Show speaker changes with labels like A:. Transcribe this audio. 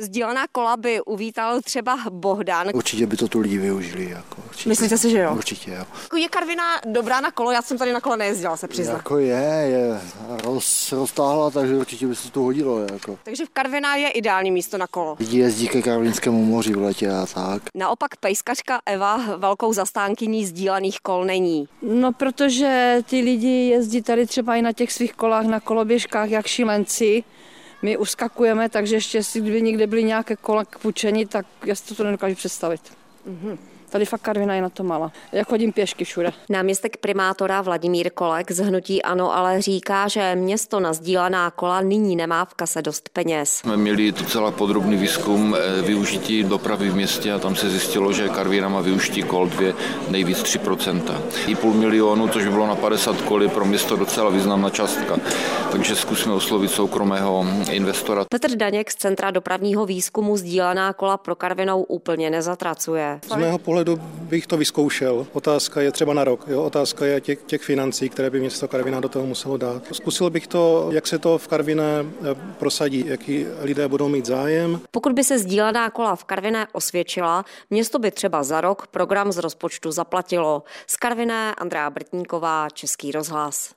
A: sdílená kola by uvítal třeba Bohdan.
B: Určitě by to tu lidi využili. Jako, určitě.
A: Myslíte si, no? že jo?
B: Určitě jo.
A: Je Karviná dobrá na kolo? Já jsem tady na kole nejezdila, se přiznám.
B: Jako je, je roz, roztáhla, takže určitě by se to hodilo. Jako.
A: Takže v Karviná je ideální místo na kolo.
B: Lidi jezdí ke Karolinskému moři v letě a tak.
A: Naopak pejskařka Eva velkou zastánkyní sdílených kol není.
C: No, protože ty lidi jezdí tady třeba i na těch svých kolách, na koloběžkách, jak šílenci. My uskakujeme, takže ještě jestli kdyby někde byly nějaké kola k půjčení, tak já si to nedokážu představit. Tady fakt Karvina je na to mala. Já chodím pěšky všude.
A: Náměstek primátora Vladimír Kolek z Hnutí Ano ale říká, že město na sdílená kola nyní nemá v kase dost peněz.
D: Jsme měli docela podrobný výzkum eh, využití dopravy v městě a tam se zjistilo, že Karvína má využití kol dvě nejvíc 3%. I půl milionu, což by bylo na 50 kol, je pro město docela významná částka. Takže zkusme oslovit soukromého investora.
A: Petr Daněk z Centra dopravního výzkumu sdílená kola pro Karvinou úplně nezatracuje.
E: Z mého pohledu bych to vyzkoušel. Otázka je třeba na rok. Jo? Otázka je těch, těch financí, které by město Karviná do toho muselo dát. Zkusil bych to, jak se to v Karviné eh, prosadí, jaký lidé budou mít zájem.
A: Pokud by se sdílená kola v Karviné osvědčila, město by třeba za rok program z rozpočtu zaplatilo. Z Karviné Andrá Brtníková, Český rozhlas.